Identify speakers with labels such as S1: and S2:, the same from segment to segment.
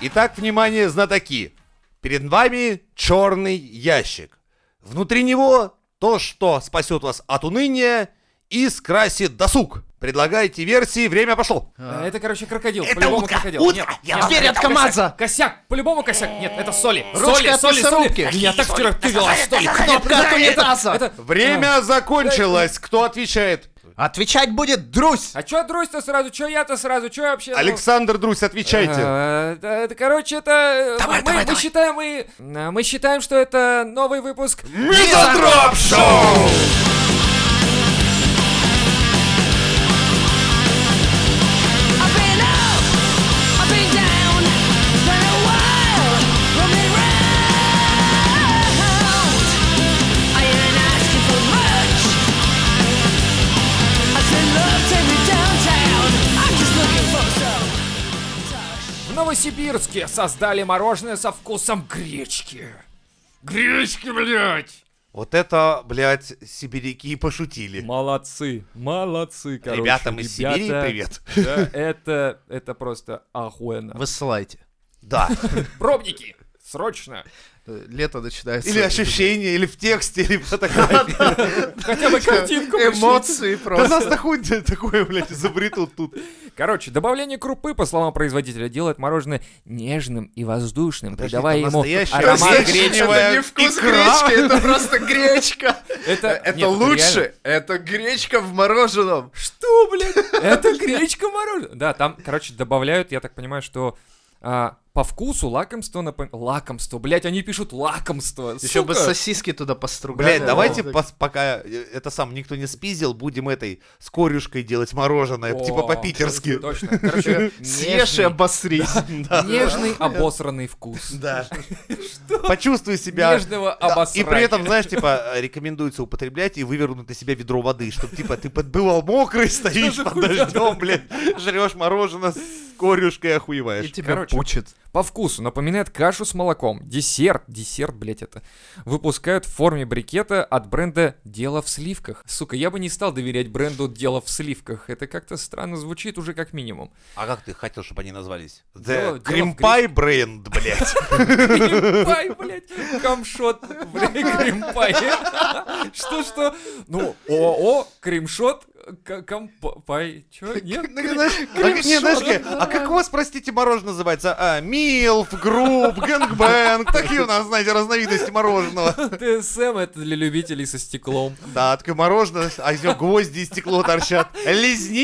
S1: Итак, внимание, знатоки. Перед вами черный ящик. Внутри него то, что спасет вас от уныния и скрасит досуг. Предлагайте версии, время пошло.
S2: А, Это, короче, крокодил.
S3: Это
S2: по-любому
S3: утка,
S2: крокодил.
S3: утка.
S2: Нет,
S3: Я
S2: нет,
S3: уверен,
S2: нет,
S3: это
S2: косяк,
S3: мясо.
S2: Косяк, по-любому косяк. Нет, это соли.
S3: Ручка
S2: Соли,
S3: от
S2: соли,
S3: мясорубки.
S2: соли. Я так вчера ты вела, что ли?
S3: Кнопка от унитаза.
S2: Это...
S1: Время закончилось. Кто отвечает?
S3: Отвечать будет Друзь.
S2: А чё Друзь-то сразу, чё я-то сразу, чё вообще... ну?
S1: Александр Друзь, отвечайте.
S2: Э, да, это, короче, это... э,
S3: Давай,
S2: мы,
S3: давай,
S2: мы
S3: давай.
S2: считаем, мы, э, мы считаем, что это новый выпуск...
S1: Мизантроп Шоу!
S4: I've been up, I've been down, it's been a while, roaming round. I ain't asking for much. I said, love, take me downtown. I'm just looking for some.
S2: В Новосибирске создали мороженое со вкусом гречки. Гречки, блядь!
S1: Вот это, блядь, сибиряки пошутили.
S2: Молодцы, молодцы, короче.
S1: Ребятам из Сибири
S2: ребята.
S1: привет.
S2: Да, это, это просто охуенно.
S3: Высылайте.
S1: Да.
S2: Пробники! Срочно!
S3: Э, Лето начинается.
S1: Или ощущение, или в тексте, или в фотографии.
S2: Хотя бы картинку пришлите.
S3: Эмоции
S1: Да
S3: просто.
S1: нас нахуй такое, блядь, изобретут тут.
S2: Короче, добавление крупы, по словам производителя, делает мороженое нежным и воздушным,
S1: Подожди,
S2: придавая
S1: там
S2: ему
S1: настоящая
S2: аромат
S1: гречка.
S2: гречки.
S1: гречневая
S3: Это не вкус
S1: икра.
S3: гречки, это просто гречка.
S2: Это,
S3: Это
S2: нет, реально.
S3: лучше. Это гречка в мороженом.
S2: Что, блядь? Это гречка мороженое. Да, там, короче, добавляют, я так понимаю, что а, по вкусу лакомство напом... Лакомство, блядь, они пишут лакомство.
S3: Еще бы
S2: сука.
S3: сосиски туда постругали.
S1: Блядь, давайте
S3: Да.
S1: пос- пока э, это сам никто не спиздил, будем этой с корюшкой делать мороженое,
S2: О,
S1: типа по-питерски.
S2: Точно. Короче,
S3: Съешь и
S2: нежный,
S3: обосрись.
S2: нежный обосранный вкус.
S1: Да. Почувствуй себя.
S2: Нежного
S1: Да,
S2: обосрания.
S1: И при этом, знаешь, типа, э, рекомендуется употреблять и вывернуть на себя ведро воды, чтобы, типа, ты подбывал мокрый, стоишь под дождем, блядь, жрешь мороженое с корюшкой,
S3: И
S1: охуеваешь.
S3: тебя
S2: Короче.
S3: пучит.
S2: По вкусу напоминает кашу с молоком. Десерт, десерт, блять, это. Выпускают в форме брикета от бренда «Дело в сливках». Сука, я бы не стал доверять бренду «Дело в сливках». Это как-то странно звучит уже как минимум.
S1: А как ты хотел, чтобы они назвались?
S2: Дело- дело
S1: The
S2: в
S1: Cream Pie Brand, блядь.
S2: Кримпай, блядь, камшот, блядь, кримпай. Что-что? Ну, ООО, кримшот, к- кампай, чё, нет?
S1: А, не, знаешь, как- а как у вас, простите, мороженое называется? А, Милф, Групп, Гэнгбэнг. Такие у нас, знаете, разновидности мороженого.
S2: ТСМ это для любителей со стеклом.
S1: Да, такое мороженое, а из него гвозди и стекло торчат. Лизни.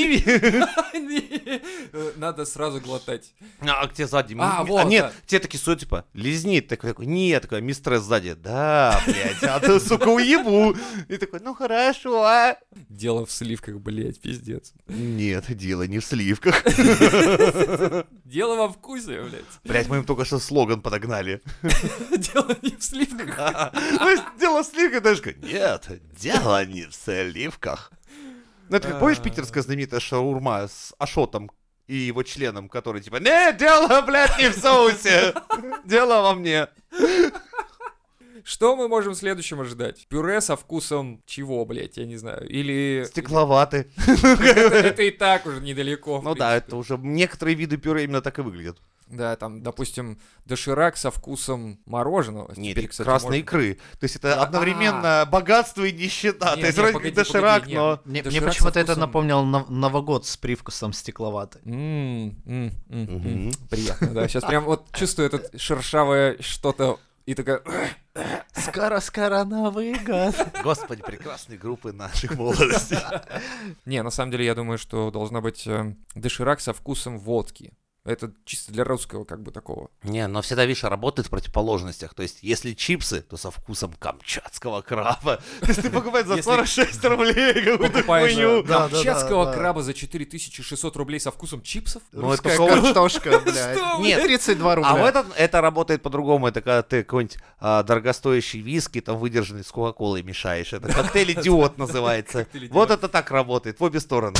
S2: Не, э, Надо сразу глотать.
S1: А к тебе сзади. м-
S2: А,
S1: м-
S2: вот,
S1: Нет,
S2: да.
S1: те такие суют, типа, лизни. Такой, такой, нет, такой, мистресс сзади. Да, блядь, а ты, сука, уебу. И такой, ну хорошо, а.
S2: Дело в сливках, блядь, пиздец.
S1: Нет, дело не в сливках.
S2: Дело во вкусе, блядь.
S1: Блядь, мы им только что слоган подогнали.
S2: Дело не в сливках.
S1: То есть дело в сливках, даже говорю, нет, дело не в сливках. Ну, это как, помнишь, питерская знаменитая шаурма с Ашотом и его членом, который типа, не, дело, блядь, не в соусе, дело во мне.
S2: Что мы можем следующим ожидать? Пюре со вкусом чего, блядь, я не знаю. Или...
S1: Стекловаты.
S2: Это, это и так уже недалеко. в
S1: Ну да,
S2: принципе.
S1: это уже некоторые виды пюре именно так и выглядят.
S2: Да, там, допустим, доширак со вкусом мороженого.
S1: Нет,
S2: Теперь, кстати,
S1: красной
S2: можно-
S1: икры. То есть это одновременно богатство и нищета.
S2: Не,
S1: То есть
S2: не,
S1: вроде
S2: погоди,
S1: как доширак,
S2: погоди, не,
S1: но...
S3: Мне,
S2: Доширак
S3: мне
S2: со
S3: почему-то это
S2: вкусом-
S3: напомнило нов- Новогод с привкусом стекловатый.
S2: М, м, м, м.
S1: Мгм.
S2: Приятно, да. Сейчас прям вот чувствую это шершавое что-то и такая...
S3: Скоро-скоро Новый год.
S1: Господи, прекрасные группы нашей молодости.
S2: Не, на самом деле, я думаю, что должна быть э, доширак со вкусом водки. Это чисто для русского как бы такого.
S1: Не, но всегда, видишь, работает в противоположностях. То есть, если чипсы, то со вкусом камчатского краба. То есть, ты покупаешь за
S2: Если
S1: 46 рублей какую-то
S2: Покупаешь э,
S1: хуйню.
S3: Да, да, да,
S2: камчатского
S3: да.
S2: краба за 4600 рублей со вкусом чипсов?
S1: Ну, это
S3: Русская
S1: солод-
S3: картошка, блядь.
S2: вы?
S3: Нет, 32 рубля.
S1: А в этот, это работает по-другому. Это когда ты какой-нибудь а, дорогостоящий виски, там, выдержанный с кока-колой мешаешь. Это коктейль-идиот называется.
S2: Коктейль-идиот.
S1: Вот это так работает, в обе стороны.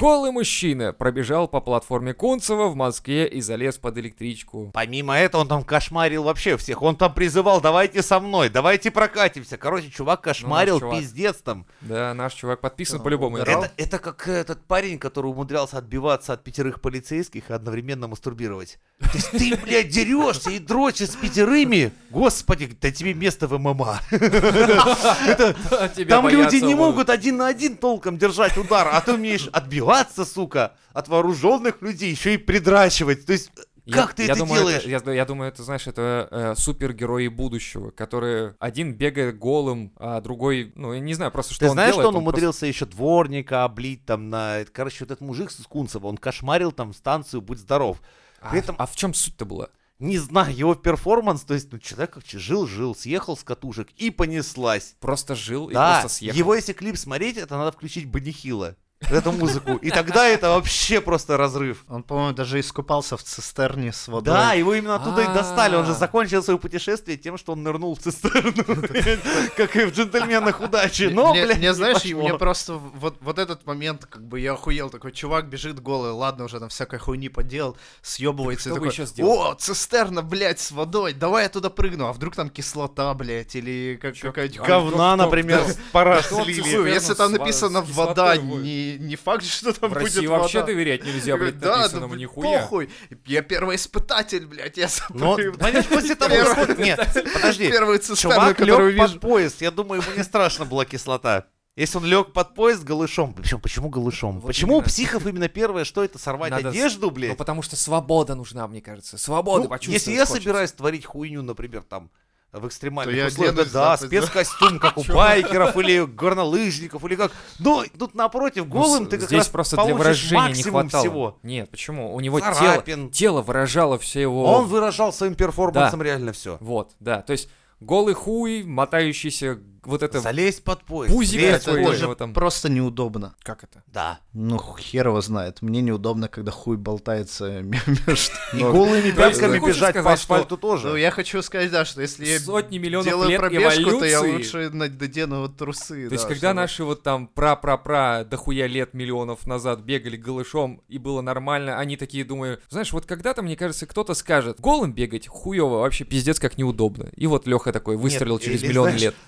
S2: Голый мужчина пробежал по платформе Кунцева в Москве и залез под электричку.
S1: Помимо этого, он там кошмарил вообще всех. Он там призывал, давайте со мной, давайте прокатимся. Короче, чувак кошмарил,
S2: Ну чувак.
S1: пиздец там.
S2: Да, наш чувак подписан
S3: Да,
S2: по-любому.
S3: угорал.
S1: Это, это как этот парень, который умудрялся отбиваться от пятерых полицейских и одновременно мастурбировать. То есть ты, блядь, дерешься и дрочишь с пятерыми. Господи, да тебе место в ММА.
S2: Тебя
S1: Там люди
S2: боятся
S1: не
S2: будут.
S1: могут один на один толком держать удар, а ты умеешь отбиваться, сука, от вооруженных людей, еще и придрачивать. То есть, э,
S2: Я-
S1: как ты
S2: я
S1: это
S2: думаю,
S1: делаешь?
S2: я, я думаю, это, знаешь, это э, супергерои будущего, которые один бегает голым, а другой, ну, я не знаю, просто что
S1: Ты
S2: он
S1: знаешь,
S2: делает.
S1: что он умудрился еще дворника облить там на... Короче, вот этот мужик с Кунцева, он кошмарил там станцию «Будь здоров».
S2: просто-
S1: при
S2: А-
S1: этом-
S2: А, в чем суть-то была?
S1: Не знаю, его перформанс, то есть, ну, человек как жил-жил, съехал с катушек и понеслась.
S2: Просто жил и
S1: да,
S2: просто съехал.
S1: его если клип смотреть, это надо включить Банихила. Эту музыку. И тогда это вообще просто разрыв.
S3: Он, по-моему, даже искупался в цистерне с водой.
S1: Да, его именно оттуда и достали. Он же
S2: А.
S1: закончил свое путешествие тем, что он нырнул в цистерну, блядь, как и в «Джентльменах удачи». Но,
S3: мне,
S1: блядь,
S3: мне,
S1: не
S3: знаешь,
S1: пошло.
S3: мне просто вот, вот этот момент, как бы я охуел, такой чувак бежит голый, ладно, уже там всякой хуйни поделал, съебывается
S2: Так что
S3: и
S2: бы
S3: такой,
S2: ещё сделать?
S3: о, цистерна, блядь, с водой, давай я туда прыгну, а вдруг там кислота, блядь, или как,
S2: Чё? а
S3: какая-нибудь
S2: Говно
S1: Говна,
S2: Кто-
S1: например,
S2: кто-
S1: с пара
S2: кто-
S1: слили.
S2: кто-
S3: Ну, если там
S2: с ва-
S3: написано
S2: с
S3: вода,
S2: кислотой будет.
S3: не, не факт, же, что там
S2: В России
S3: будет
S2: вообще
S3: вода.
S2: доверять нельзя, блядь,
S3: да,
S2: написанному
S3: да,
S2: нихуя. Ну,
S3: похуй, я первый испытатель, блядь, я сам
S1: Но,
S3: прыгну.
S1: понимаешь, после того,
S3: Первый-
S1: как- Нет, подожди.
S3: первую цистерну,
S1: Чувак
S3: которую
S1: лег под
S3: вижу.
S1: поезд. Я думаю, ему не страшно была кислота. Если он лег под поезд голышом, причем почему голышом?
S2: Вот
S1: почему у
S2: именно.
S1: психов именно первое, что это сорвать
S2: Надо с-
S1: одежду,
S2: Ну,
S1: блядь?
S2: потому что свобода нужна, мне кажется.
S1: Ну,
S2: Свободу почувствовать
S1: если я
S2: хочется.
S1: собираюсь творить хуйню, например, там в экстремальных
S3: я
S1: условиях,
S3: оденусь,
S1: да,
S3: запись, да.
S1: спецкостюм, как у байкеров или горнолыжников, или как. Но тут напротив,
S2: Ну,
S1: голым
S2: с-
S1: ты как
S2: Здесь
S1: раз
S2: просто для
S1: получишь
S2: выражения не
S1: максимум
S2: хватало.
S1: всего.
S2: Нет, почему? У него тело,
S1: Царапин.
S2: тело выражало все его...
S1: Он выражал своим перформансом реально все.
S2: Вот, да. То есть голый хуй, мотающийся вот это...
S1: Залезть под поезд.
S2: Пузик
S1: влезть
S2: такой
S1: под
S2: же.
S1: поезд.
S2: его там.
S3: просто неудобно.
S2: Как это?
S1: Да.
S3: Ну, хер его знает. Мне неудобно, когда хуй болтается между
S1: И
S3: ног.
S1: голыми
S2: То есть
S1: пятками
S2: ты хочешь
S1: бежать по
S2: сказать, что-
S1: асфальту тоже.
S3: Ну, я хочу сказать, да, что если я
S2: Сотни миллионов
S3: делаю
S2: лет
S3: пробежку, то я
S2: эволюции.
S3: лучше надену вот трусы.
S2: То есть, когда наши вот там пра-пра-пра дохуя лет миллионов назад бегали голышом и было нормально, они такие думаю, знаешь, вот когда-то, мне кажется, кто-то скажет, голым бегать хуево, вообще пиздец как неудобно. И вот Леха такой выстрелил
S1: Нет,
S2: через
S1: или,
S2: миллион
S1: знаешь,
S2: лет.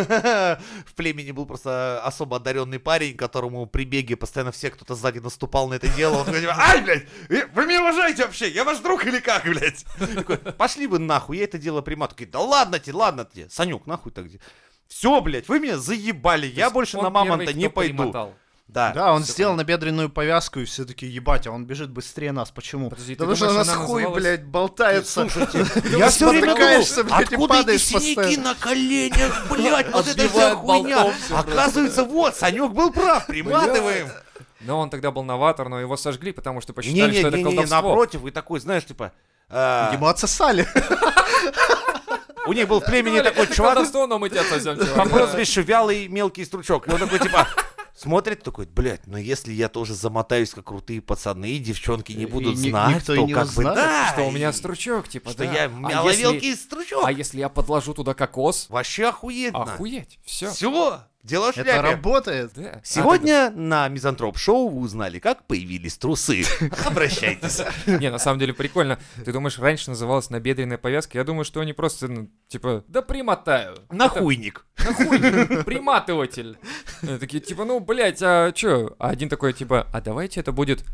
S1: В племени был просто особо одаренный парень, которому при беге постоянно все кто-то сзади наступал на это дело. Он такой, типа, ай, блядь, э, вы меня уважаете вообще, я ваш друг или как, блядь? Такой, Пошли вы нахуй, я это дело примат. Такой, да ладно тебе, ладно тебе, Санек, нахуй так где? Все, блядь, вы меня заебали,
S2: То
S1: я
S2: есть
S1: больше
S2: он
S1: на мамонта
S2: первый,
S1: не
S2: кто
S1: пойду.
S2: примотал.
S1: Да.
S3: Да, он сделал набедренную повязку, и все таки ебать, а он бежит быстрее нас. Почему?
S2: Подожди, ты
S3: Потому что у
S2: думаешь,
S3: нас
S2: она
S3: хуй,
S2: называлась-
S3: блядь, болтается.
S1: Слушайте, я все время думал,
S3: спотыкаешься, блядь, и
S1: откуда эти
S3: падаешь
S1: синяки
S3: постоянно.
S1: на коленях, блядь, вот это вся
S2: Отбивает
S1: хуйня.
S2: болтом всё, блядь.
S1: Оказывается, вот, Санек был прав, приматываем.
S2: Но он тогда был новатор, но его сожгли, потому что посчитали,
S1: Не-не-не-не,
S2: что это колдовство.
S1: напротив, и такой, знаешь, типа... а,
S3: Ему отсосали.
S1: у них был в племени такой чувак
S2: Колдовство, но мы тебя отвезем,
S1: по
S2: чувак.
S1: прозвищу Вялый Мелкий Стручок. И он такой, типа, смотрит, такой, блядь, ну если я тоже замотаюсь, как крутые пацаны, и девчонки не
S3: И
S1: будут
S3: ни-
S1: знать,
S3: никто и
S1: то
S3: не
S1: как бы
S3: узнает,
S1: да.
S2: Что у меня
S1: и-
S2: стручок, типа,
S1: Что
S2: да.
S1: я
S2: А
S1: Меловелкий
S2: если-
S1: Стручок.
S2: А если я подложу туда кокос?
S1: Вообще охуенно.
S2: Охуеть, все.
S1: Все, дело в
S3: Это
S1: шляпе.
S3: работает.
S2: Да.
S1: Сегодня
S2: А
S1: на Мизантроп-шоу вы узнали, как появились трусы. Обращайтесь.
S2: А, Не, на самом деле прикольно. Ты думаешь, раньше называлась набедренная повязка? Я думаю, что они просто, ну, типа, да примотаю.
S1: Нахуйник.
S2: Нахуй, приматыватель. Э, Такие, типа, ну, блядь, а чё? А один такой, типа, а давайте это будет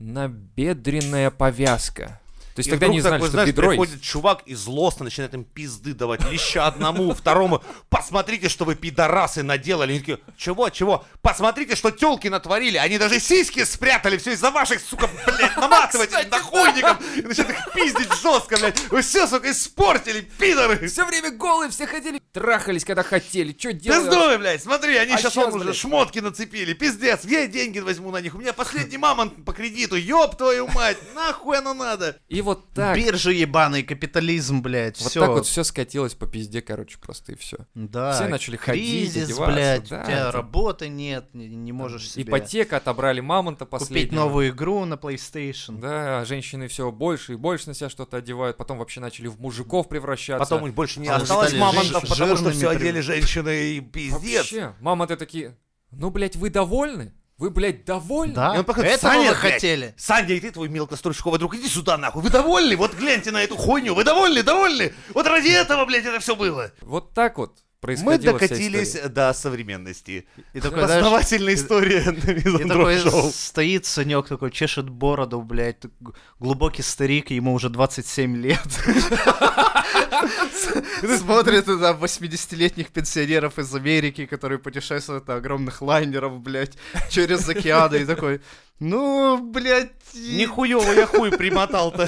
S2: набедренная повязка. То есть
S1: И
S2: тогда
S1: вдруг
S2: не знали,
S1: такой,
S2: что
S1: знаешь,
S2: бедро есть.
S1: приходит чувак и злостно начинает им пизды давать. Леща одному, второму. Посмотрите, что вы пидорасы наделали. Они такие, чего, чего? Посмотрите, что телки натворили. Они даже сиськи спрятали. Все из-за ваших, сука, блядь, наматывателей, нахуйников. И начинают их пиздить жестко, блядь. Вы все, сука, испортили, пидоры.
S2: Все время голые, все ходили, трахались, когда хотели. Чё делали?
S1: Пиздуй, блядь, смотри, они
S2: А
S1: сейчас
S2: щас,
S1: вон уже
S2: блядь.
S1: шмотки нацепили, пиздец, где я деньги возьму на них? У меня последний мамонт по кредиту, ёб твою мать, нахуй оно надо?
S2: И вот так.
S3: Биржи ебаный, капитализм, блядь,
S2: Вот
S3: все.
S2: так вот все скатилось по пизде, короче, просто и все.
S3: Да,
S2: Все начали ходить,
S3: кризис,
S2: одеваться,
S3: блядь,
S2: да,
S3: у тебя
S2: это-
S3: работы нет, не, не можешь себе
S2: Ипотека отобрали мамонта последнего.
S3: купить новую игру на PlayStation.
S2: Да, женщины все больше и больше на себя что-то одевают, потом вообще начали в мужиков превращаться.
S1: Потом у них больше не
S3: А,
S1: осталось
S3: стали
S1: мамонтов,
S3: жи-
S1: потому что
S3: жирными
S1: все
S3: прям.
S1: одели женщины и пиздец.
S2: Вообще, мамонты такие, ну, блядь, вы довольны? Вы, блядь, довольны?
S3: Да,
S1: И он подходит,
S3: этого
S1: «Саня,
S3: мы
S1: блядь,
S3: хотели.
S1: Саня, и ты, твой мелкострочковый друг, иди сюда нахуй, вы довольны? Вот гляньте на эту хуйню, вы довольны, довольны? Вот ради этого, блядь, это все было.
S2: Вот так вот
S1: Мы
S2: происходила вся
S1: докатились
S2: история.
S1: до современности.
S3: И такой, знаешь,
S1: Основательная
S3: и-
S1: история на
S3: И
S1: Мизантроп
S3: такой
S1: Шоу.
S3: стоит Санек, такой чешет бороду, блядь, так г- глубокий старик, ему уже 27 лет. Смотрит на 80-летних пенсионеров из Америки, которые путешествуют на огромных лайнеров, блядь, через океаны, и такой, ну, блядь, и-
S1: Нихуево я хуй примотал-то.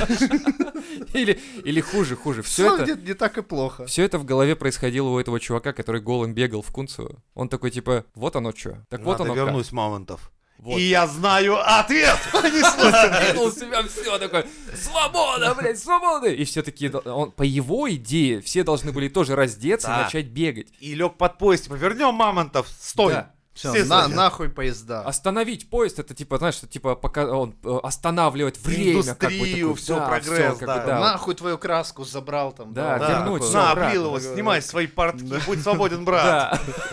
S2: Или, или хуже, хуже. Все
S3: всё
S2: это,
S3: не- не так и плохо.
S2: все это в голове происходило у этого чувака, который голым бегал в Кунцево. Он такой, типа, вот оно что. Так вот
S1: Надо
S2: оно как.
S1: вернусь, Мамонтов.
S2: Вот.
S1: И я знаю ответ. Понесла.
S2: Кинул себя все такой, свобода, блядь, свобода. И все такие, дол- он, по его идее, все должны были тоже раздеться
S1: Да.
S2: и начать бегать.
S1: И лег под поезд. типа, Вернем Мамонтов. Стой.
S2: Да.
S3: Всё,
S1: Все
S3: на-
S1: знают.
S3: нахуй поезда.
S2: Остановить поезд, это типа, знаешь, это типа пока он э, останавливает время. как бы,
S1: Индустрию,
S2: такой,
S1: всё,
S2: да,
S1: прогресс,
S2: всё, как
S1: да.
S2: бы, да.
S3: Нахуй твою краску забрал там.
S2: Да,
S1: Да,
S2: А вернуть
S1: такой,
S2: всё
S1: На,
S2: обратно.
S1: облил его, снимай свои портки, будь свободен, брат.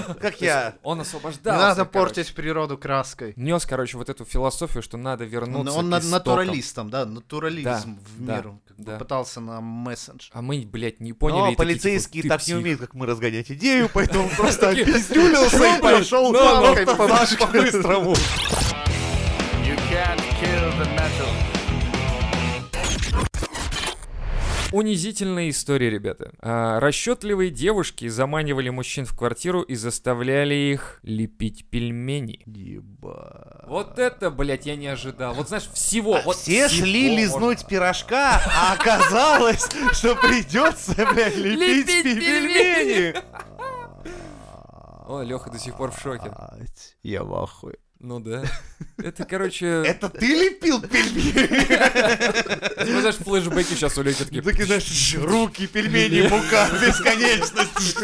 S2: Да.
S1: Как я.
S2: Он
S3: Не
S2: освобождался.
S3: надо
S2: короче.
S3: портить природу краской.
S2: Нес, короче, вот эту философию, что надо вернуться
S3: он
S2: к
S3: на-
S2: истокам.
S3: натуралистом, да, натурализм
S2: Да,
S3: в
S2: да,
S3: миру. как бы
S2: да.
S3: Пытался на мессендж.
S2: А мы, блядь, не поняли.
S1: Но
S2: и такие,
S1: полицейские
S2: типа, «Ты
S1: так не
S2: псих».
S1: умеют, как мы разгонять идею, поэтому просто
S2: Такие,
S1: опиздюлился и пошел
S2: Ну,
S1: на
S2: нахуй,
S1: автозак по-быстрому.
S2: Унизительная история, ребята. А, расчетливые девушки заманивали мужчин в квартиру и заставляли их лепить пельмени.
S3: Еба.
S2: Вот это, блядь, я не ожидал. Вот знаешь, всего. вот
S1: А Все
S2: всего
S1: шли
S2: можно.
S1: лизнуть пирожка, а оказалось, что придется, блядь, лепить
S2: Лепить
S1: пельмени.
S2: О, Леха до сих пор в шоке.
S1: А.
S3: Я в ахуе.
S2: Ну да. Это, короче,
S1: Это ты лепил пельмени?
S2: типа, знаешь, флешбеки типа. сейчас у Лехи такие.
S1: Такие, знаешь, руки, пельмени, мука, бесконечность.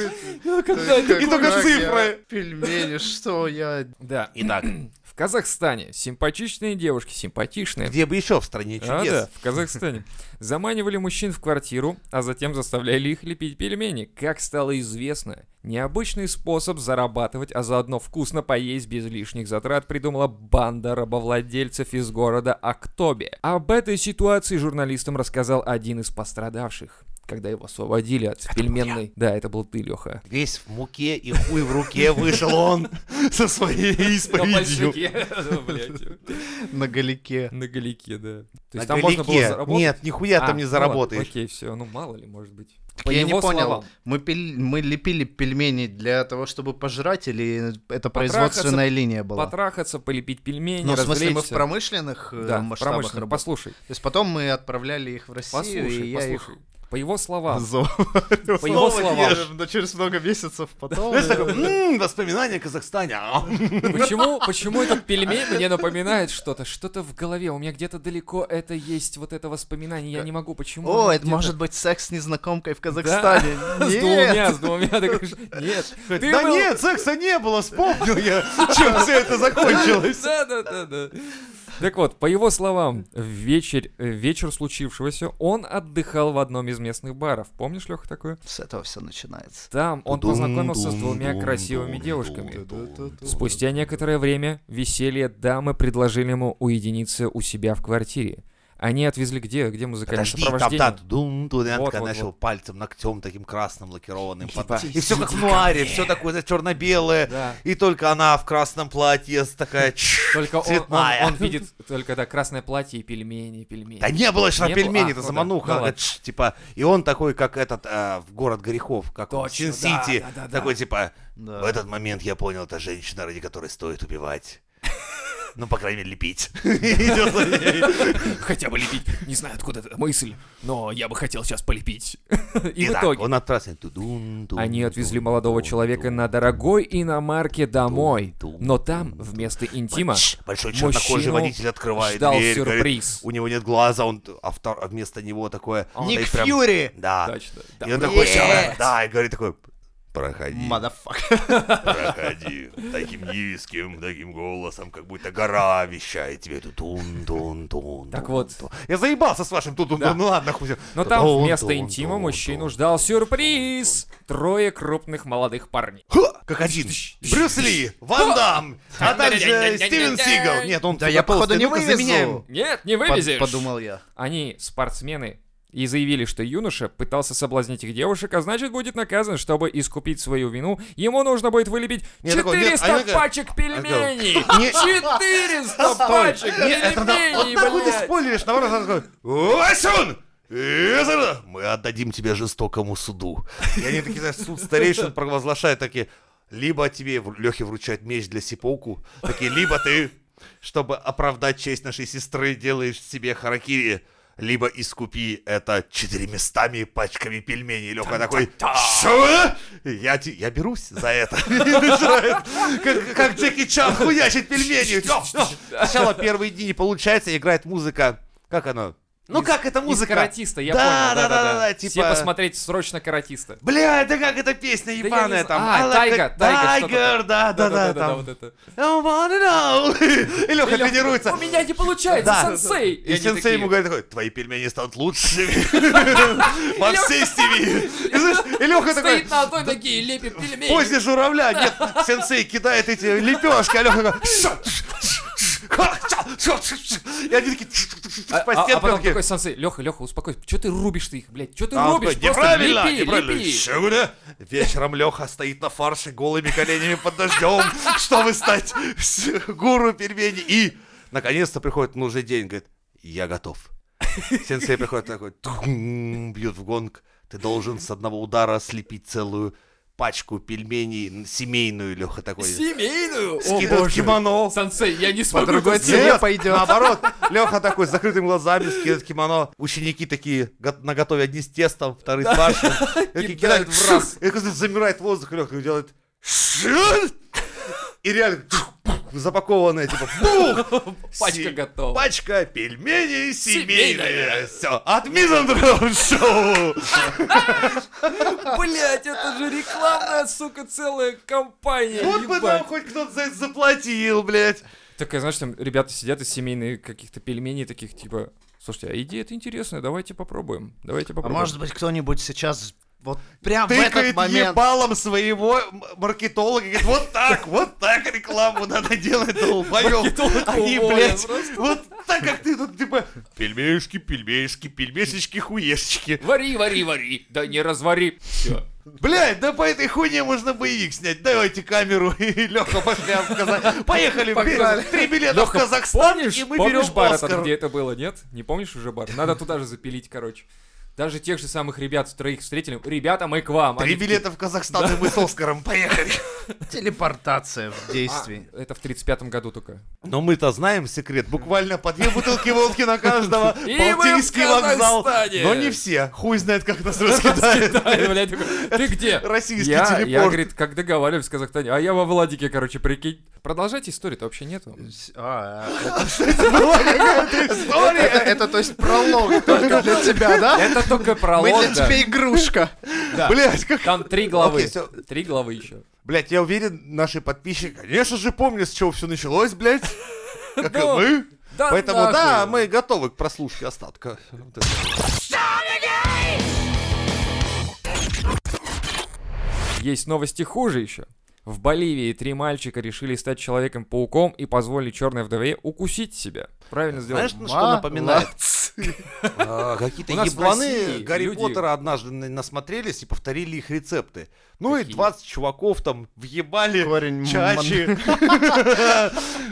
S2: «А, когда это
S1: И
S2: было?»
S1: только
S3: Как я-
S1: цифры.
S3: Пельмени, что я...
S2: Да.
S1: Итак,
S2: В Казахстане симпатичные девушки, симпатичные.
S1: где бы еще в стране
S2: А, да,
S1: чудес?
S2: в Казахстане. Заманивали мужчин в квартиру, а затем заставляли их лепить пельмени. Как стало известно, необычный способ зарабатывать, а заодно вкусно поесть без лишних затрат придумала банда рабовладельцев из города Актобе. Об этой ситуации журналистам рассказал один из пострадавших когда его освободили от пельменной... Да, это был ты, Леха.
S1: Весь в муке и хуй в руке вышел он со своей исповедью.
S3: На галике.
S2: На галике, да.
S1: На
S2: То есть там можно было
S1: галике.
S2: заработать?
S1: Нет, нихуя
S2: А,
S1: там не
S2: ну
S1: заработаешь.
S2: ладно, окей, все, ну мало ли, может быть.
S3: я не
S2: его
S3: понял,
S2: словам.
S3: мы, пель- мы лепили пельмени для того, чтобы пожрать, или
S2: Потрахаться-
S3: это производственная линия была?
S2: Потрахаться, полепить пельмени,
S3: Ну, в смысле, мы в
S2: развлечься.
S3: промышленных э,
S2: Да, в
S3: масштабах
S2: промышленных.
S3: работали.
S2: Послушай,
S3: То есть потом мы отправляли их в Россию,
S2: послушай,
S3: и я их
S2: послушай. По его словам,
S3: зову.
S2: по его словам,
S3: Но через много месяцев потом...
S1: Знаешь, такой, «М, воспоминания А, Казахстана.
S2: почему, почему этот пельмень мне напоминает что-то? Что-то в голове, у меня где-то далеко это есть, вот это воспоминание, я не могу, почему?
S3: Э, О,
S2: оно
S3: это
S2: где-то-
S3: может быть секс с незнакомкой в Казахстане.
S2: С
S3: Нет.
S2: двумя, с двумя, ты говоришь, нет. ты
S1: да
S2: был-
S1: нет, секса не было, вспомнил я, чем все это закончилось.
S2: Да, да, да, да. Так вот, по его словам, в вечер, э, вечер случившегося он отдыхал в одном из местных баров. Помнишь, Леха, такое?
S3: С этого все начинается.
S2: Там он познакомился с двумя
S1: Дум-дум-дум-дум-дум.
S2: красивыми девушками. Спустя некоторое время веселье дамы предложили ему уединиться у себя в квартире. Они отвезли где? Где музыкальное
S1: Подожди, там
S2: сопровождение?
S1: та дум
S2: Вот,
S1: тудентка
S2: вот,
S1: начал
S2: вот.
S1: пальцем, ногтем таким красным лакированным.
S2: Типа,
S1: под- И все как в нуаре, все такое знаешь, черно-белое.
S2: Да.
S1: И только она в красном платье с такая чш,
S2: Только он, он-
S1: цветная.
S2: он видит только да, красное платье и пельмени, пельмени.
S1: Да не было еще
S2: Не
S1: на
S2: было?
S1: пельмени,
S2: А,
S1: это
S2: ну да.
S1: замануха.
S2: Ну
S1: она,
S2: ладно.
S1: «Тш», Типа, и он такой, как этот, а, в город грехов, как он,
S2: Точно,
S1: Сити.
S2: да, да, да, да.
S1: Такой, типа,
S3: Да.
S1: в этот момент я понял, это женщина, ради которой стоит убивать. Ну, по крайней мере, лепить. Идет за ней.
S2: Хотя бы лепить. Не знаю, откуда эта мысль, но я бы хотел сейчас полепить. И в
S1: Итак,
S2: итоге...
S1: Он отправился. тудун, тудун,
S2: Они отвезли
S1: тудун,
S2: молодого
S1: тудун,
S2: человека
S1: тудун.
S2: на дорогой иномарке домой.
S1: Тум, тум,
S2: Но там,
S1: тум,
S2: вместо интима,
S1: Тш, Большой чернокожий
S2: мужчину
S1: водитель открывает
S2: ждал
S1: дверь, говорит,
S2: сюрприз. А
S1: у него нет глаза, он, а втор- а вместо него такое...
S3: Ник
S1: стоит прям-
S3: Фьюри!
S1: Да.
S2: Точно. Да,
S1: и он такой,
S3: блядь.
S1: «Ща, да, и говорит такой, проходи,
S3: Мадафак.
S1: проходи, таким низким, таким голосом, как будто гора вещает тебе, тун-тун-тун.
S2: Так вот.
S1: Я заебался с вашим тут,
S2: Да.
S1: ну ладно, хуй. с ним.
S2: Но там
S1: Тун-тун,
S2: вместо интима
S1: тун-тун.
S2: мужчину ждал сюрприз. Трое крупных молодых парней.
S1: Ха! Как один. Брюс Ли, Ван Дам, а также Стивен Сигал. Нет, он типа
S3: Да я, походу,
S1: толстый.
S3: не
S1: Ну-ка,
S3: вывезу.
S1: заменяем.
S2: Нет, не
S3: Под-
S2: вывезешь.
S3: Подумал я.
S2: Они спортсмены и заявили, что юноша пытался соблазнить их девушек, а значит будет наказан, чтобы искупить свою вину. Ему нужно будет вылепить
S1: Нет, такого нет.
S2: 400
S1: А я говорю-
S2: пачек пельменей!
S1: Не-
S2: 400 пачек
S1: Не, это на-
S2: пельменей,
S1: вот так вот и
S2: блядь!
S1: спойлеришь, наоборот, сразу такой, «Васюн! Изра, Мы отдадим тебя жестокому суду. И они такие, знаешь, суд старейшин провозглашает такие, либо тебе Лехе вручают меч для сипоку, такие, либо ты, чтобы оправдать честь нашей сестры, делаешь себе харакири, либо искупи это четырьмястами пачками пельменей. Леха такой, что? Я, те- я берусь за это. И начинает, как- Как Джеки Чан хуячит пельмени. Всё, всё. Ну, Сначала первые дни не получается, играет музыка. Как она? Ну
S2: Из-
S1: как это
S2: Из
S1: музыка?
S2: каратиста, я
S1: Да, да,
S2: понял.
S1: да, да, да,
S2: Все
S1: типа-
S2: посмотреть срочно каратиста.
S1: Бля, да как эта песня
S2: я не
S1: ебаная
S2: знаю.
S1: там?
S2: А,
S1: I like
S2: Тайга,
S1: it.
S2: Тайга, что-то
S1: Тайгер, да, да, да,
S2: да,
S1: там.
S2: вот это.
S1: I wanna know. И Леха
S2: Или-
S1: тренируется.
S2: У меня не получается,
S1: Да.
S2: сенсей!
S1: И
S2: они
S1: сенсей
S2: такие,
S1: ему говорит такой, твои пельмени станут лучшими во всей семье. И знаешь, И Леха такой,
S2: Стоит на одной ноге и лепит
S1: в
S2: пельмени.
S1: позе журавля, нет, сенсей кидает эти лепешки, а Леха такой, «Ша, тш, тш, тш, ха, ша, ша, тш, тш». и они такие тш, тш, тш, тш,
S2: А,
S1: по
S2: а- а
S1: стенкам
S2: потом
S1: такие,
S2: такой сенсей, Леха, Леха, успокойся, что ты рубишь-то их, блядь, что ты
S1: А он
S2: рубишь,
S1: такой,
S2: просто
S1: неправильно,
S2: лепи,
S1: неправильно.
S2: лепи.
S1: Чё, бля? Вечером Леха стоит на фарше голыми коленями под дождем, чтобы стать с- гуру пельменей. И, наконец-то, приходит нужный день, говорит, я готов. Сенсей приходит такой, «Тхм», бьет в гонг. Ты должен с одного удара слепить целую пачку пельменей н- семейную, Леха такой.
S2: Семейную? О,
S1: Скидывает
S2: боже.
S1: кимоно.
S2: Сенсей, я не
S3: По
S2: смогу.
S3: другой
S2: это
S3: цене пойдет.
S1: Наоборот, Леха такой с закрытыми глазами скидывает кимоно. Ученики такие на готове одни с тестом, вторые с фаршем. И такие кидают
S2: Кидают в раз.
S1: И как-то замирает воздух, Леха делает «Шин!» И реально запакованная, типа, бух!
S2: Пачка
S1: Си-
S2: готова.
S1: Пачка пельменей
S2: Семейная.
S1: семейная. Все, от Мизандроун Шоу.
S2: Блять, это же рекламная, сука, целая компания.
S1: Вот бы
S2: ебать.
S1: нам хоть кто-то за это заплатил, блядь.
S2: Так, знаешь, там ребята сидят из семейных каких-то пельменей, таких типа... Слушайте, а идея-то интересная, давайте попробуем. Давайте
S3: А
S2: попробуем.
S3: может быть, кто-нибудь сейчас вот прям в этот
S1: Тыкает
S3: момент...
S1: ебалом своего м- маркетолога. Говорит, вот так, вот так рекламу надо делать, долбоёб.
S2: Маркетолог
S1: Они,
S2: уволен
S1: блядь,
S2: просто.
S1: вот так, как ты тут, типа, пельмешки, пельмешки, пельмешечки, хуешечки.
S2: Вари, вари, вари. Да не развари. Все.
S1: Блять, да по этой хуйне можно боевик снять. Давайте камеру и Леха пошли в Казахстан. Поехали,
S3: Погнали.
S1: бе- три билета
S2: Леха,
S1: в Казахстан,
S2: Помнишь,
S1: и мы
S2: помнишь
S1: берем
S2: бар этот,
S1: Оскар.
S2: где это было, нет? Не помнишь уже бар? Надо туда же запилить, короче. Даже тех же самых ребят, троих встретили. Ребята, мы к вам.
S1: Три
S2: Они такие,
S1: билета в Казахстан, и мы с Оскаром поехали.
S3: Телепортация в действии.
S2: Это в 35-м году только.
S1: Но мы-то знаем секрет. Буквально по две бутылки водки на каждого.
S2: И мы в
S1: Балтийский вокзал.
S2: Казахстане.
S1: Но не все. Хуй знает, как нас раскидает.
S2: Китай, блядь, такой, Ты где?
S1: Российский
S2: Я, я,
S1: телепорт.
S2: говорит, как договаривались в Казахстане, а я во Владике, короче, прикинь. Продолжайте историю-то вообще нету.
S3: С- а, а,
S1: Была какая-то
S3: Это, это-
S1: история.
S3: это, то есть, пролог только для тебя, да?
S2: Это только
S3: Мы
S2: пролог,
S3: для
S2: да.
S3: тебя игрушка.
S1: Блять, как
S2: Там три главы.
S1: Окей, всё.
S2: Три главы еще.
S1: Блять, я уверен, наши подписчики, конечно же, помнят, с чего все началось, блядь. Как и
S2: Да.
S1: мы.
S2: Да
S1: Поэтому,
S2: Ну, нахуй.
S1: да, мы готовы к прослушке остатка. Вот это.
S2: Есть новости хуже еще. В Боливии три мальчика решили стать Человеком-пауком и позволили черной вдове укусить себя. Правильно сделали.
S1: Знаешь, на Ну, что напоминает? А,
S2: У
S1: Какие-то
S2: нас в
S1: ебланы
S2: России
S1: Гарри
S2: люди-
S1: Поттера однажды на- насмотрелись и повторили их рецепты. Ну и
S2: Какие?
S1: 20 чуваков там въебали
S3: Корень
S1: чачи.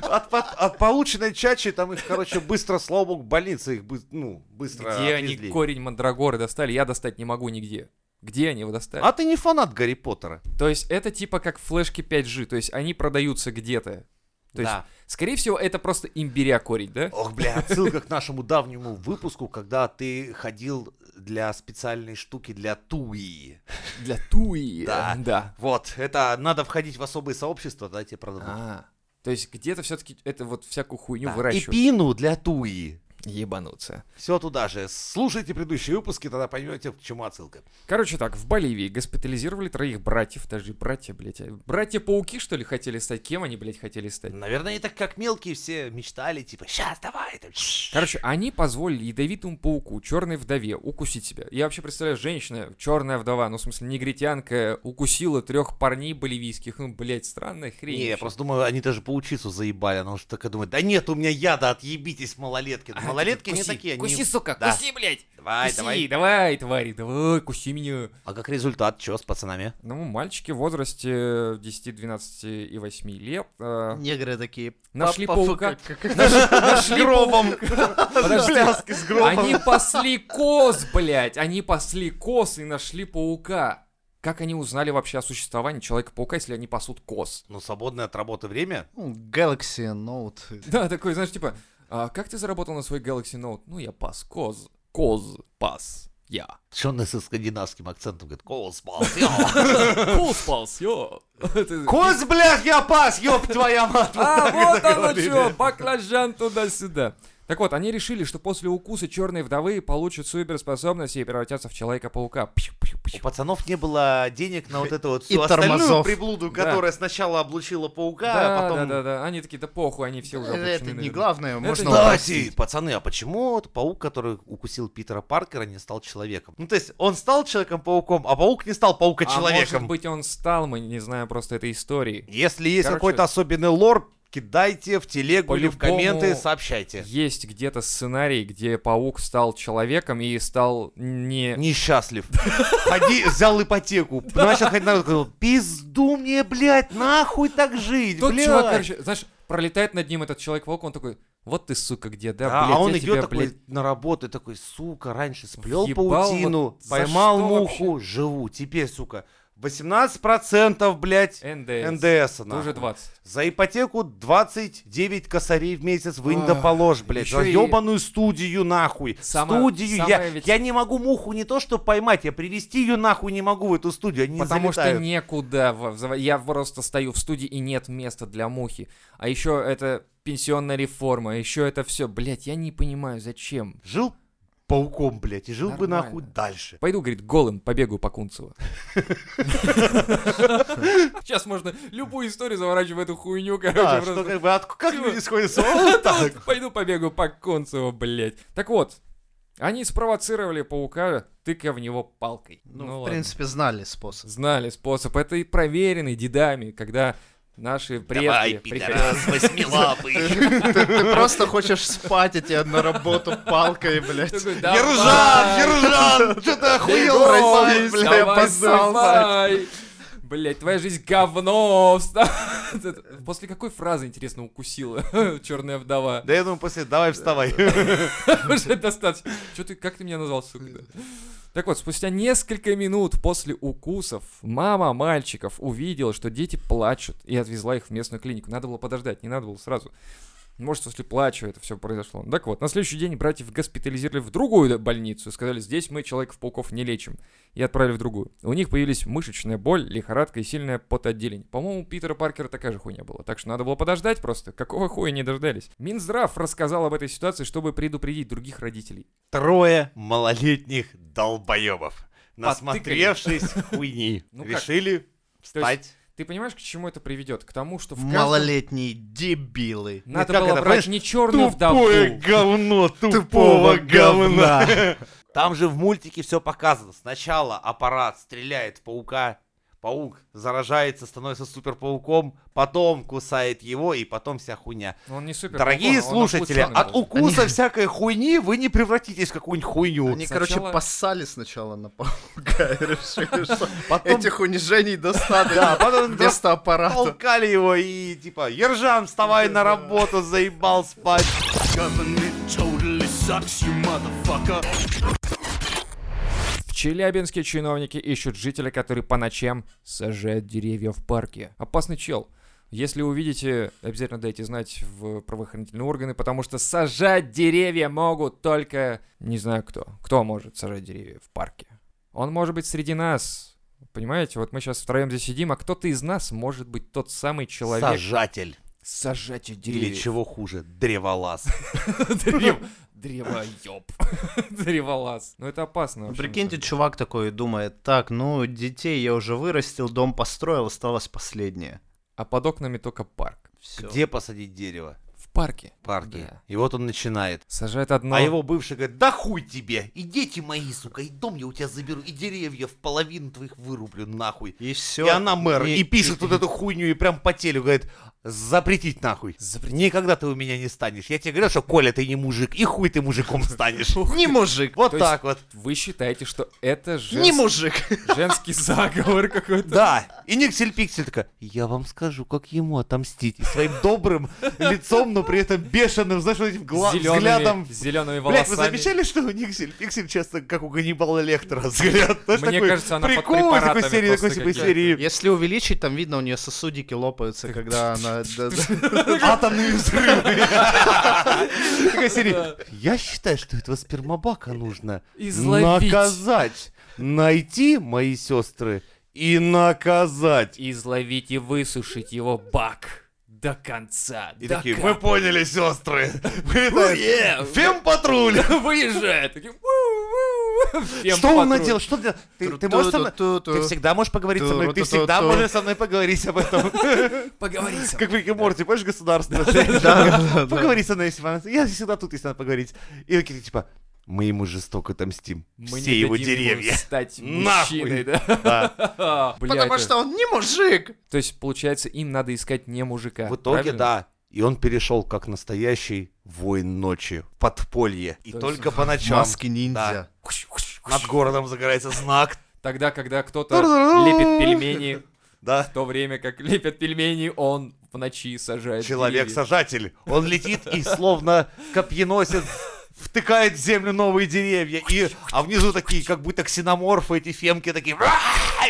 S1: От по- От полученной чачи там их, короче, быстро, слава богу, больницы их бы- ну, быстро
S2: Где
S1: отвезли.
S2: они корень мандрагоры достали? Я достать не могу нигде. Где они его достали?
S1: А ты не фанат Гарри Поттера?
S2: То есть это типа как флешки 5G, то есть они продаются где-то. То есть,
S1: Да.
S2: скорее всего, это просто имбиря корень, да?
S1: Ох, бля, отсылка к нашему давнему выпуску, когда ты ходил для специальной штуки для туи.
S2: Для туи.
S1: Да.
S2: Да.
S1: Вот, это надо входить в особые сообщества, да, тебе продадут.
S2: А, то есть где-то все-таки это вот всякую хуйню
S1: Да. И
S2: выращивают.
S1: пину для туи.
S2: Ебануться.
S1: Все туда же. Слушайте предыдущие выпуски, тогда поймете, к чему отсылка.
S2: Короче так, в Боливии госпитализировали троих братьев. Даже братья, блядь. а Братья-пауки, что ли, хотели стать? Кем они, блядь, хотели стать?
S1: Наверное, и так как мелкие все мечтали, типа, сейчас давай. там, шш».
S2: Короче, они позволили ядовитому пауку, черной вдове, укусить себя. Я вообще представляю, женщина, черная вдова, ну, в смысле, негритянка, укусила трех парней боливийских. Ну, блядь, странная хрень.
S1: Не, я
S2: вообще.
S1: просто думаю, они даже паучицу заебали. Она уже такая думает, да нет, у меня яда, отъебитесь, малолетки. Ну,
S2: А,
S1: малолетки не
S2: куси,
S1: такие. они-
S2: Куси, сука,
S1: Да.
S2: куси, блядь.
S1: Давай,
S2: куси,
S1: давай.
S2: твари, давай, куси меня.
S1: А как результат, что с пацанами?
S2: Ну, мальчики в возрасте 10, 12 и 8 лет э,
S3: Негры такие.
S2: нашли
S3: «Папа,
S2: паука.
S3: как- как-
S2: Нашли
S1: гробом.
S2: паука. Подожди,
S1: Пляски с гробом.
S2: Они пасли коз, блядь. Они пасли коз и нашли паука. Как они узнали вообще о существовании Человека-паука, если они пасут коз?
S1: Ну, свободное от работы время.
S3: Ну, Galaxy Note.
S2: Да, такой, знаешь, типа, «А, как ты заработал на свой Galaxy Note? Ну, я пас коз. Коз пас. Я.
S1: Что он со скандинавским акцентом говорит? Коус,
S2: Коз пас, ё. Это-
S1: Коз, блядь, я пас, ёб твоя мать.
S2: А, вот оно
S1: говорили.
S2: что, баклажан туда-сюда. Так вот, они решили, что после укуса черной вдовы получат суперспособности и превратятся в Человека-паука. Пью-пью-пью.
S1: У пацанов не было денег на вот эту вот всю
S3: И
S1: остальную
S3: тормозов.
S1: приблуду,
S2: Да.
S1: которая сначала облучила паука,
S2: Да,
S1: а потом...
S2: да, да, да. Они такие, да похуй, они все уже
S3: Э, Это
S2: обучены,
S3: это не
S2: наверное».
S3: главное, можно
S2: не-
S1: Кстати,
S3: упростить.
S1: Ну, пацаны, а почему вот паук, который укусил Питера Паркера, не стал человеком? Ну, то есть, он стал Человеком-пауком, а паук не стал
S2: А может
S1: Паука-человеком.
S2: быть, он стал, мы не знаем просто этой истории.
S1: Если есть
S2: Короче,
S1: какой-то особенный лор, кидайте в телегу или в
S2: по-любому-
S1: комменты, сообщайте.
S2: Есть где-то сценарий, где паук стал человеком и стал не...
S1: Несчастлив. Ходи, взял ипотеку. Начал ходить на улицу, говорил, пизду мне, блядь, нахуй так жить,
S2: Тот чувак,
S1: блядь.
S2: короче, знаешь, пролетает над ним этот человек-паук, он такой, вот ты, сука, где, да,
S1: Да,
S2: блядь,
S1: а он
S2: я
S1: идет
S2: тебя,
S1: такой
S2: блядь,
S1: на работу, и такой, сука, раньше сплел
S2: Въебал
S1: паутину,
S2: вот за
S1: поймал
S2: что
S1: муху, живу. Теперь, сука, 18%, блядь,
S2: НДС.
S1: НДС.
S2: Ты уже 20.
S1: За ипотеку 29 косарей в месяц вынь да
S2: Ах,
S1: положь, блядь. За
S2: еще и-
S1: ебаную студию нахуй.
S2: Самое-
S1: студию. Я,
S2: самое ведь-
S1: я не могу муху не то что поймать, я привести ее нахуй не могу в эту студию. Они
S2: Потому
S1: залетают.
S2: что некуда. в- в зав- Я просто стою в студии и нет места для мухи. А еще это пенсионная реформа, еще это все. Блять, я не понимаю, зачем.
S1: Жил пауком, блядь, и жил бы
S2: Нормально.
S1: нахуй дальше.
S2: Пойду, говорит, голым побегаю по Кунцево. Сейчас можно любую историю заворачивать в эту хуйню,
S1: Да,
S2: короче.
S1: что
S2: просто.
S1: как бы, от- как
S2: Чё?
S1: люди сходятся? Вот так.
S2: Пойду побегаю по Кунцево, блять. Так вот, они спровоцировали паука, тыкая в него палкой.
S3: Ну, в
S2: ладно.
S3: принципе, знали способ.
S2: Знали способ. Это и проверенный дедами, когда наши
S1: Давай,
S2: предки... приходили.
S1: пидорас, восьмилапый.
S3: Ты ты просто хочешь спать, а тебе на работу палкой, блядь.
S2: Такой, «Давай,
S1: Ержан, Ержан, что ты охуел,
S3: Егор,
S1: Россия,
S3: блядь,
S1: блядь?
S3: давай,
S2: вставай. Блять, твоя жизнь говно. вста- После какой фразы, интересно, укусила черная вдова?
S1: Да я думаю, после давай вставай.
S2: Уже достаточно. Чё ты, как ты меня назвал, сука? да? Так вот, спустя несколько минут после укусов мама мальчиков увидела, что дети плачут, и отвезла их в местную клинику. Надо было подождать, не надо было сразу. Может, после плача это все произошло. Так вот, на следующий день братьев госпитализировали в другую больницу. Сказали, здесь мы Человеков-пауков не лечим. И отправили в другую. У них появились мышечная боль, лихорадка и сильное потоотделение. По-моему, у Питера Паркера такая же хуйня была. Так что надо было подождать просто. Какого хуя не дождались? Минздрав рассказал об этой ситуации, чтобы предупредить других родителей.
S1: Трое малолетних долбоебов,
S2: Потыкали.
S1: насмотревшись хуйни,
S2: Ну как?
S1: решили встать.
S2: Ты понимаешь, к чему это приведет? К тому, что в каждом...
S3: Малолетние дебилы.
S2: Надо
S1: Как
S2: было
S1: это,
S2: брать
S1: понимаешь?
S2: не черную вдову.
S1: говно
S3: тупого говна.
S1: Там же в мультике все показано. Сначала аппарат стреляет в паука, паук заражается, становится суперпауком, потом кусает его и потом вся хуйня.
S2: Он не супер.
S1: Дорогие
S2: он- он
S1: слушатели,
S2: отлучённый
S1: от
S2: был.
S1: укуса всякой хуйни вы не превратитесь в какую-нибудь хуйню.
S3: Они,
S2: Сначала-
S3: короче, поссали сначала на паука и решили, что
S1: Потом
S3: этих унижений
S1: Да,
S3: достаточно
S1: потом
S3: вместо аппарата.
S1: толкали его и типа, Ержан, вставай на работу, заебал спать.
S2: В Челябинске чиновники ищут жителя, который по ночам сажает деревья в парке. Опасный чел. Если увидите, обязательно дайте знать в правоохранительные органы, потому что сажать деревья могут только... Не знаю кто. Кто может сажать деревья в парке? Он может быть среди нас. Понимаете, вот мы сейчас втроем здесь сидим, а кто-то из нас может быть тот самый человек.
S1: Сажатель.
S2: Сажать
S1: Или
S2: деревья.
S1: чего хуже, древолаз.
S2: Древ- Древоеб. Древолаз. Ну это опасно. в общем-то.
S3: Прикиньте, чувак такой думает, так, ну, детей я уже вырастил, дом построил, осталось последнее.
S2: А под окнами только парк.
S3: Всё.
S1: Где посадить дерево?
S2: В парке.
S1: В парке.
S2: Да.
S1: И вот он начинает.
S2: Сажает одно.
S1: А его бывший говорит, да хуй тебе, и дети мои, сука, и дом я у тебя заберу, и деревья в половину твоих вырублю нахуй.
S3: И все.
S1: И она мэр, и, пишет вот эту хуйню, и прям по телю говорит, запретить нахуй.
S2: Запретить.
S1: Никогда ты у меня не станешь. Я тебе говорю, что Коля, ты не мужик, и хуй ты мужиком станешь.
S3: Не мужик.
S1: Вот
S2: То есть-
S1: так вот.
S2: Вы считаете, что это
S3: Не
S2: женс-
S3: мужик.
S2: женский заговор какой-то?
S1: Да, и Никсель Пиксель такая, я вам скажу, как ему отомстить. И своим добрым лицом, но при этом бешеным, знаешь, вот этим гла-
S2: Зелеными-
S1: взглядом.
S2: зелеными волосами.
S1: Блять, вы замечали, что у Никсель Пиксель часто как у Ганнибала Лектора взгляд? Знаешь,
S2: Мне
S1: такой
S2: кажется, она под
S1: прикол из такой
S2: препаратами
S1: серии, такой
S2: просто
S1: типа из
S2: какие-то.
S1: серии
S3: Если увеличить, там видно, у нее сосудики лопаются, когда она... да, да.
S1: атомные взрывы. Такая серия. Я считаю, что этого спермобака нужно
S2: Изловить.
S1: наказать, найти мои сестры и наказать.
S2: Изловить и высушить его бак до конца.
S1: И
S2: до
S1: такие,
S2: кап-
S1: вы поняли, сестры.
S2: Уе!
S1: Фем-патруль.
S2: Выезжает. такие, «Ву-ву-ву». Всем
S1: Что он
S2: патруль.
S1: надел? Что ты, ты, ты можешь со мной...
S3: Ту-ту-ту-ту.
S1: Ты всегда можешь поговорить со мной, ты всегда
S3: Ту-ру-ту-ту-ту.
S1: можешь со мной поговорить об этом.
S2: Поговори со мной.
S1: Как в Рике Морти, понимаешь, государство.
S3: Да, да, да.
S1: Поговори со мной, если вам... Я всегда тут, если надо поговорить. И такие, типа, мы ему жестоко отомстим.
S2: Мы
S1: Все
S2: не
S1: его
S2: дадим ему
S1: деревья.
S2: стать
S1: Нахуй.
S2: мужчиной, да?
S1: Да.
S2: Бля,
S3: Потому
S2: это-
S3: что он не мужик.
S2: То есть, получается, им надо искать не мужика.
S1: В итоге,
S2: правильно?
S1: да. И он перешел как настоящий воин ночи в подполье. И
S2: То
S1: только по ночам
S3: Маски ниндзя.
S1: над городом загорается знак.
S2: Тогда, когда кто-то
S1: Ту-ду-ду.
S2: лепит пельмени,
S1: Да.
S2: в то время как лепят пельмени, он в ночи сажает деревья.
S1: Человек-сажатель. Он летит и словно копьеносец втыкает в землю новые деревья. И, а внизу такие, как будто ксеноморфы, эти фемки такие. «Ра!»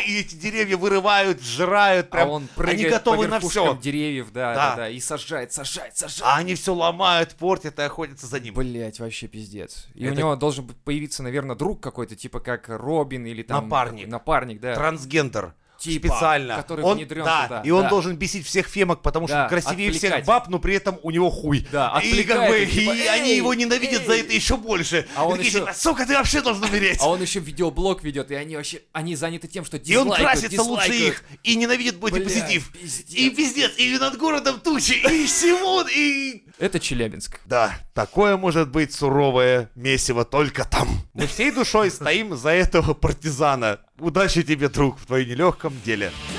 S1: И эти деревья вырывают, жрают.
S2: А
S1: Прям,
S2: он прыгает
S1: они готовы
S2: по
S1: на
S2: верхушкам
S1: все.
S2: деревьев, да,
S1: Да.
S2: да, да, и сажает, сажает, сажает.
S1: А они все ломают, портят и охотятся за ним.
S2: Блять, вообще пиздец. И у
S1: Это-
S2: него должен быть появиться, наверное, друг какой-то, типа как Робин или там...
S1: Напарник.
S2: Напарник, да.
S1: Трансгендер.
S2: Типа,
S1: специально.
S2: который
S1: он,
S2: внедрён
S1: да,
S2: туда,
S1: и он
S2: да.
S1: должен бесить всех фемок, потому что
S2: Да,
S1: он красивее всех
S2: отвлекать.
S1: баб, но при этом у него хуй.
S2: Да,
S1: и
S2: отвлекает
S1: как бы
S2: их, типа,
S1: и они
S2: «Эй,
S1: его ненавидят за
S2: эй».
S1: это еще больше.
S2: А
S1: И
S2: он
S1: такие,
S2: ещё-
S1: типа, сука, ты вообще должен умереть.
S2: А он еще видеоблог ведет, и они вообще, они заняты тем, что
S1: И он
S2: дизлайкают,
S1: красится лучше
S2: дизлайкают.
S1: их, и ненавидит
S2: Блядь,
S1: бодипозитив.
S2: пиздец.
S1: И пиздец, и над городом тучи, и всего, и...
S2: Это Челябинск.
S1: Да, такое может быть суровое месиво только там. Мы всей душой стоим за этого партизана. Удачи тебе, друг, в твоем нелегком деле.
S4: Don't